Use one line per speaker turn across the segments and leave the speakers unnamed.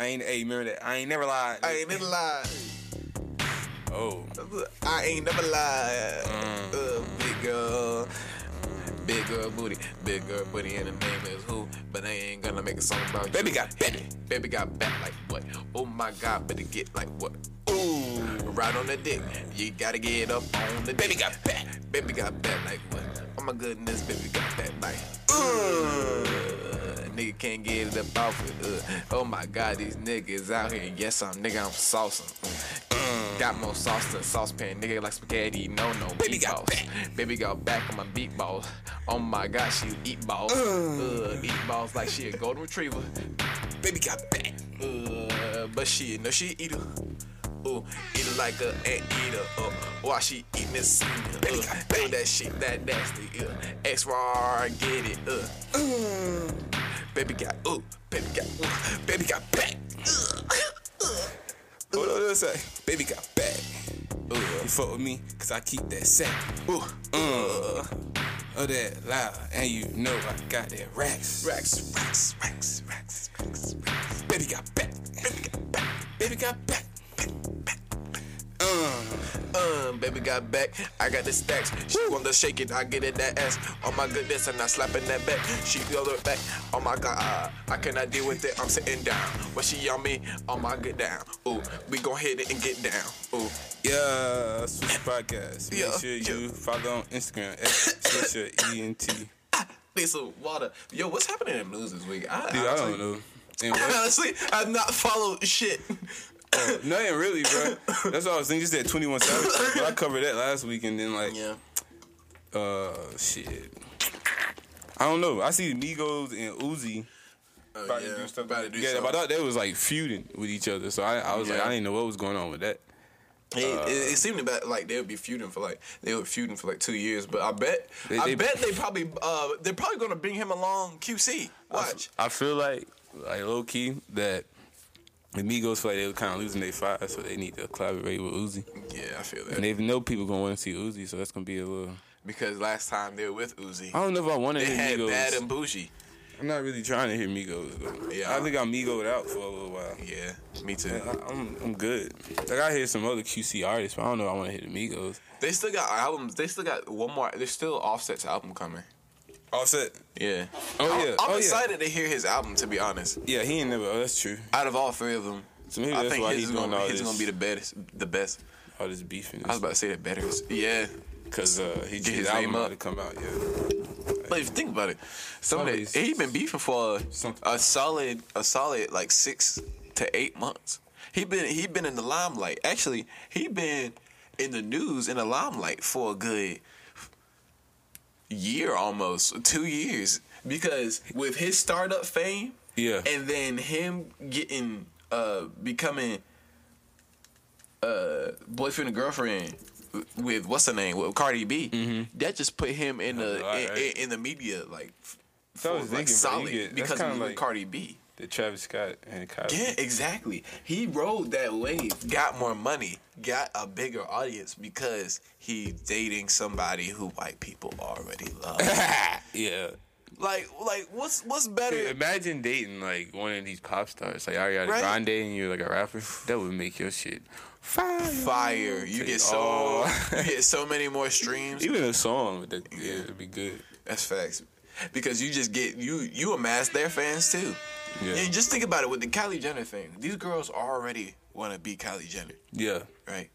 ain't. Hey, remember that? I ain't never lied.
I ain't never lied.
Oh,
I ain't never lied.
Mm.
Uh, big girl, big girl booty, big girl booty, and the name is who? But I ain't gonna make a song about
baby
you.
got Betty.
baby got back like what? Oh my God, better get like what?
Ooh,
Right on the dick, you gotta get up on the
baby
dick.
got back.
baby got back like what? Oh my goodness, baby got back like. Uh, nigga can't get it up off it. Uh, oh my god, these niggas out here. Yes, I'm nigga, I'm saucing. Uh, Got more sauce than saucepan, nigga like spaghetti, no no
Baby got
meatballs. Baby got back on my beatballs. Oh my god, she eat balls. Uh, eat balls like she a golden retriever.
Baby got back.
Uh, but she no she eat her. Ooh, eat her like a ant eater. Uh, why she eating this senior?
Baby
Uh,
got
do that shit that nasty. Uh, X rar get it. Uh, baby got ooh, baby got ooh,
Baby got back. Hold on, what's that? Baby got back.
ooh,
You fuck with me, cause I keep that sack.
ooh,
Uh, oh that loud, and you know I got that racks.
racks, racks, racks, racks, racks, racks.
Baby got back. Baby got back. Baby got back. Back, back, back. Uh,
Um, baby got back, I got the stacks. She wanna shake it, I get it that ass. Oh my goodness, and I slapping that back. She go her back. Oh my god, I cannot deal with it. I'm sitting down. When she on me, oh my good down. Ooh, we gon' hit it and get down. Ooh,
yeah, Switch Podcast. Make
Yeah,
sure
yeah.
you follow on Instagram at E Switcher ENT. Dude,
need some water. Yo, what's happening in news this week? I,
I don't know. And what-
Honestly, I've not followed shit.
Oh, nothing really, bro. That's all I was thinking. You said 21 Savage. But I covered that last week, and then, like,
Yeah.
uh, shit. I don't know. I see Migos and Uzi
Oh,
about
yeah.
to do stuff
About to do
together,
something.
but I thought they was, like, feuding with each other. So I, I was like,
Yeah.
I didn't know what was going on with that.
It,
Uh.
it, it seemed about like they would be feuding for like they were feuding for like two years, but I bet
They-
I
they-
bet they probably uh they're probably gonna bring him along QC. Watch.
I feel like, like, low key, that the Migos feel like they were kind of losing their fire, so they need to collaborate with Uzi.
yeah, I feel
And
that
they know people gonna want to see Uzi, so that's gonna be a little.
because last time they were with Uzi,
I don't know if I want to
they
hear
had
Migos.
bad and bougie.
I'm not really trying to hear Migos. Though.
Yeah.
I think I'm Migoed out for a little while.
Yeah, me too.
I- I'm I'm good. Like I hear some other QC artists, but I don't know. If I want to hear the Migos.
They still got albums. They still got one more. There's still Offset's album coming.
Offset.
Yeah.
Oh
I'm-
yeah.
I'm
oh,
excited to hear his album. To be honest,
Yeah. yeah, he ain't never. Oh, that's true.
out of all three of them,
So maybe
I
that's
think
why
his,
he's
is
doing
gonna,
all this,
his is gonna be the best. The best.
all this beefing.
I was about to say the better. Yeah.
Because uh, he
Get
his
his
album
name
about
up.
to come out. Yeah.
But if you think about it, some of
Probably
that, he been beefing for
some-
a, a solid, a solid like six to eight months. He been he been in the limelight. Actually, he been in the news in the limelight for a good year, almost two years. Because with his startup fame,
Yeah.
and then him getting uh becoming uh boyfriend and girlfriend with what's her name with Cardi B, that just put him in the
lot,
in,
right?
in, in the media like f-
So I was
for, like
thinking, bro, you
solid
get- that's
because
kinda
of
like-
Cardi B.
The Travis Scott and Kyle.
Yeah, exactly. He rode that wave, got more money, got a bigger audience because he's dating somebody who white people already love.
yeah.
like, like what's what's better?
Imagine dating like one of these pop stars, like Ariana
Right?
Grande, and you're like a rapper. That would make your shit fire.
Fire! You
Take
get so
all-
you get so many more streams.
Even a song with that, yeah, it'd be good.
That's facts. Because you just get you you amass their fans too.
Yeah.
Yeah. just think about it with the Kylie Jenner thing. These girls already want to be Kylie Jenner,
Yeah.
right?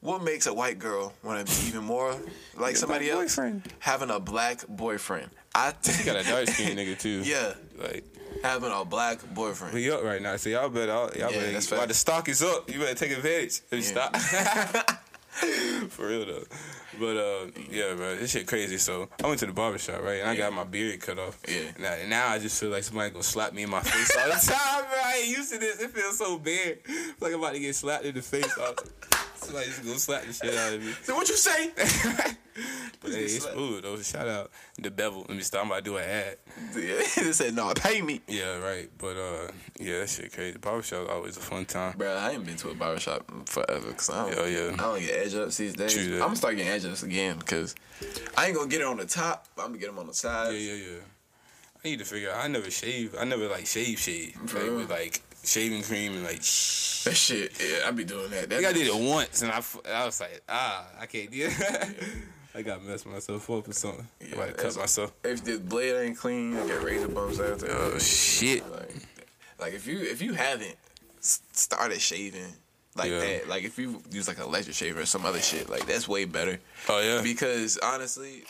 What makes a white girl want to be even more like somebody
black
else?
boyfriend.
Having a black boyfriend. I think
He got a dark skinned nigga too.
Yeah,
Like
having a black boyfriend.
we up right now, so y'all better y'all, y'all better
that's
while
fact.
the stock is up, you better take advantage. If you
Yeah.
stop. For real though. But uh, yeah, bro, this shit crazy. So I went to the barber shop, right? And I got my beard cut off.
Yeah.
Now, now I just feel like somebody gonna slap me in my face all the time, bro. I ain't used to this. It feels so bad. It's like I'm about to get slapped in the face. all- Somebody just gonna slap the shit out of me.
So what you say?
But hey, it's smooth though. Shout out the bevel. Let me stop. I'm about to do an ad.
they said no. Pay me,
Yeah, right. But uh, yeah, that shit crazy. Barber shop always a fun time.
bro. I ain't been to a barbershop in forever because I don't.
Oh, yeah.
I don't get edge ups these days.
True that.
I'm gonna start getting edge ups again because I ain't gonna get it on the top. I'm gonna get them on the sides.
Yeah, yeah, yeah. I need to figure out. I never shave. I never like shave shave. Like,
real?
with, like shaving cream and like shh.
That shit, yeah, I be doing that. That
I think I did it once and I, f- I was like, ah, I can't do that. I got messed myself up or something.
Yeah,
I might have
that's-
cut myself.
if the blade ain't clean, you get razor bumps after. Oh
Shit.
Like, like if you if you haven't s- started shaving like
Yeah.
that, like if you use like an electric shaver or some other shit, like that's way better.
Oh yeah.
Because honestly,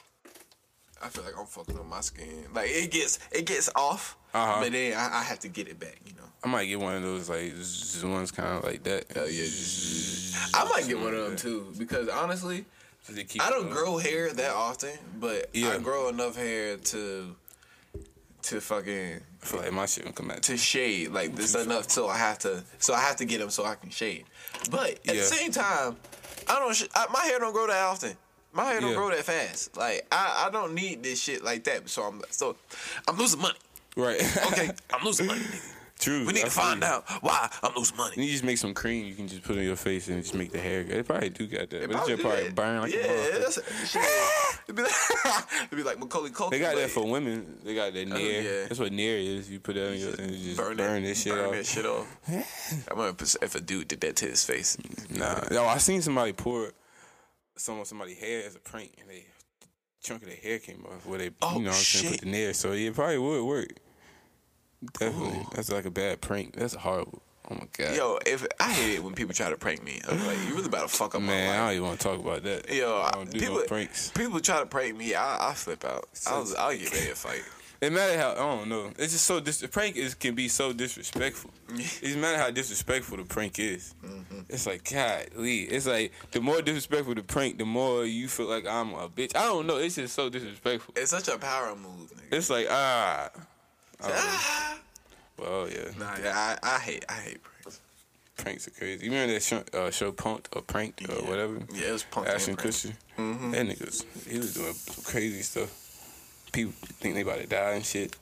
I feel like I'm fucking up my skin. Like it gets it gets off,
Uh-huh.
but then I, I have to get it back. You know.
I might get one of those like zzz, ones kind of like that.
Hell yeah. just- I might get one of them too because honestly,
They keep
I don't
it
grow hair that often, but I
Yeah.
grow enough hair to to fucking
I feel like my shit will come back.
to shade like this enough so I have to so I have to get them so I can shade. But at the
Yeah.
same time, I don't sh- I, my hair don't grow that often. My hair don't
Yeah.
grow that fast. Like I, I don't need this shit like that. So I'm so I'm losing money.
Right.
Okay, I'm losing money. nigga.
True.
We need
I
to
feel
find
you.
out why I'm losing money.
And you just make some cream you can just put on your face and just make the hair. They probably do got that, but it
Probably
just probably
that.
burn like a
yeah,
motherfucker.
that's, shit. it'd, be like, it'd be like Macaulay Culkin.
They got
but Oh,
that for women. They got that near.
yeah.
That's what near is. You put that on your and you just burn,
it-
this shit
burn
off.
that shit off. I wonder if- if a dude did that to his face.
Nah. Yo, I seen somebody pour some on somebody's hair as a prank and they chunk of their hair came off where they
Oh,
you know what I'm saying, put
shit.
the nair. So it probably would work. Definitely. That's like a bad prank. That's horrible. Oh my god.
Yo, if I hate it when people try to prank me, I'm like, you really about to fuck up
Man, I
my
don't
life.
even want to talk about that.
Yo,
I
I-
don't do
people
no pranks.
people try to prank me, I I flip out. I'll I'll get ready to fight.
It matter how I don't know. It's just so dis- the prank is can be so disrespectful. it doesn't matter how disrespectful the prank is.
Mm-hmm.
It's like God, Lee. It's like the more disrespectful the prank, the more you feel like I'm a bitch. I don't know. It's just so disrespectful.
It's such a power move, nigga.
It's like ah,
Ah!
well yeah,
Nah, yeah, I, I hate I hate pranks.
pranks are crazy. You remember that show, uh, show Punked or Pranked or
Yeah.
whatever?
Yeah, it was punk. and
Ashton
prank.
Kutcher.
Mm-hmm.
That niggas, he was doing some crazy stuff. People think they about to die and shit.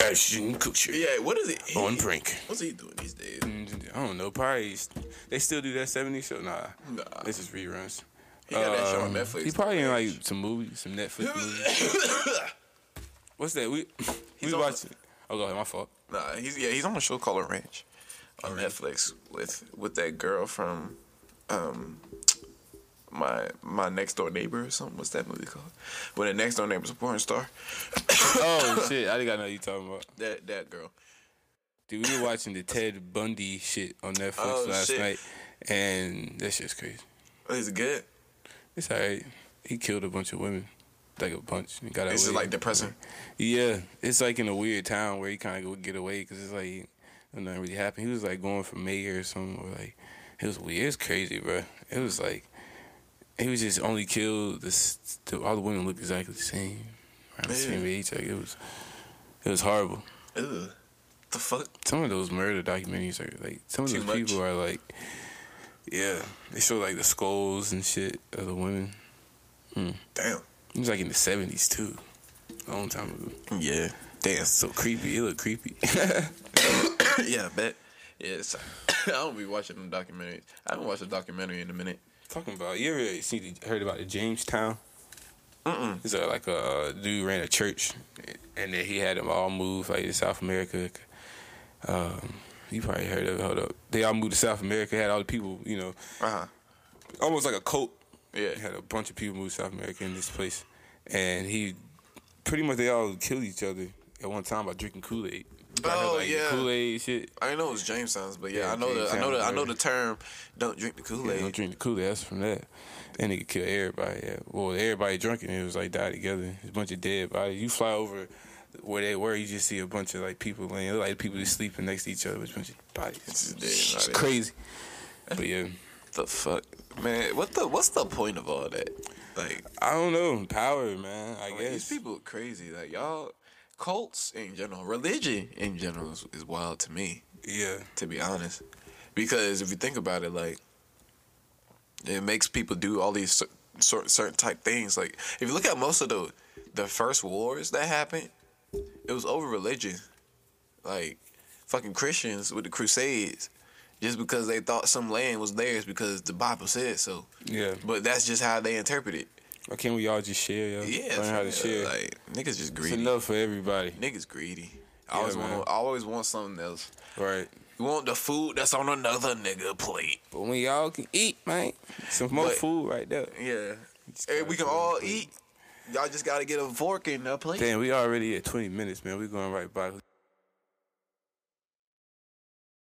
Ashton Kutcher
Yeah, what is it? He,
on prank.
what's he doing these days?
Mm-hmm. I don't know. Probably st- they still do that '70s show. Nah,
Nah,
this is reruns.
he got that show on
Um,
Netflix.
He probably in like some movies, some Netflix movies. What's that? We
He's
we
on-
watching. Oh, go ahead. My fault.
Nah, he's yeah, he's on a show called Ranch on Netflix with with that girl from um my my next door neighbor or something. What's that movie called? When the next door neighbor's a porn star.
Oh shit! I think I know what you talking about.
That that girl.
Dude, we were watching the Ted Bundy shit on Netflix
Oh,
last
shit.
night, and that shit's crazy.
It's Oh, good.
It's alright. He killed a bunch of women, like a bunch. and got away.
It's just like depressing.
Yeah, it's like in a weird town where he kind of go get away because it's like nothing really happened. He was like going for mayor or something. Or like it was weird. It's crazy, bro. It was like he was just only killed. This the, all the women looked exactly the same, around the same
Yeah.
age. Like it was, it was horrible.
Ugh. The fuck?
Some of those murder documentaries are like some of
Too
those
much.
people are like, yeah, they show like the skulls and shit of the women.
Damn.
It was like in the seventies too, a long time ago.
Yeah. Damn.
So creepy. It looked creepy.
yeah, I bet. Yeah, it's, I don't be watching them documentaries. I haven't watched a documentary in a minute.
Talking about you ever seen heard about the Jamestown? Mm-mm. It's uh, like a uh, dude ran a church, and then he had them all move like to South America. Um, you probably heard of it. Hold up, they all moved to South America. Had all the people, you know,
Uh huh.
almost like a cult.
Yeah.
They had a bunch of people move to South America in this place, and he pretty much they all killed each other at one time by drinking Kool Aid.
Oh, yeah.
Kool Aid shit.
I didn't know it was Jamestown's, but yeah,
Yeah,
I know the I know the I
Jamestown,
know the term. Don't drink the Kool
Yeah,
Aid.
don't drink the Kool Aid. That's from that. And nigga killed everybody. Yeah. Well, everybody drunk it. and It was like die together. It's a bunch of dead bodies. You fly over where they were, you just see a bunch of like people laying, look like people just sleeping next to each other. It's a bunch of bodies. It's,
Just dead bodies.
crazy. But yeah,
the fuck, man? What the what's the point of all that? Like,
I don't know. Power, man. I
like, these
guess.
people are crazy. Like y'all, cults in general, religion in general is, is wild to me.
yeah.
To be honest, because if you think about it, like it makes people do all these cer- cer- certain type things. Like if you look at most of the the first wars that happened, it was over religion. Like fucking Christians with the Crusades, just because they thought some land was theirs because the Bible said so.
Yeah.
But that's just how they interpret it.
Why can't we all just share, yo?
Yeah,
Learn how to
for
share.
real. like niggas just
it's
greedy.
enough for everybody.
Niggas greedy. I always
Yeah,
want.
man.
I always want something else.
Right.
You want the food that's on another nigga plate.
But when y'all can eat, man, some more
But-
food right there.
Yeah.
Just
And
gotta
we can
get a
all
plate.
eat. Y'all just gotta get a fork in a plate.
Damn, we already at 20 minutes, man. We going right by.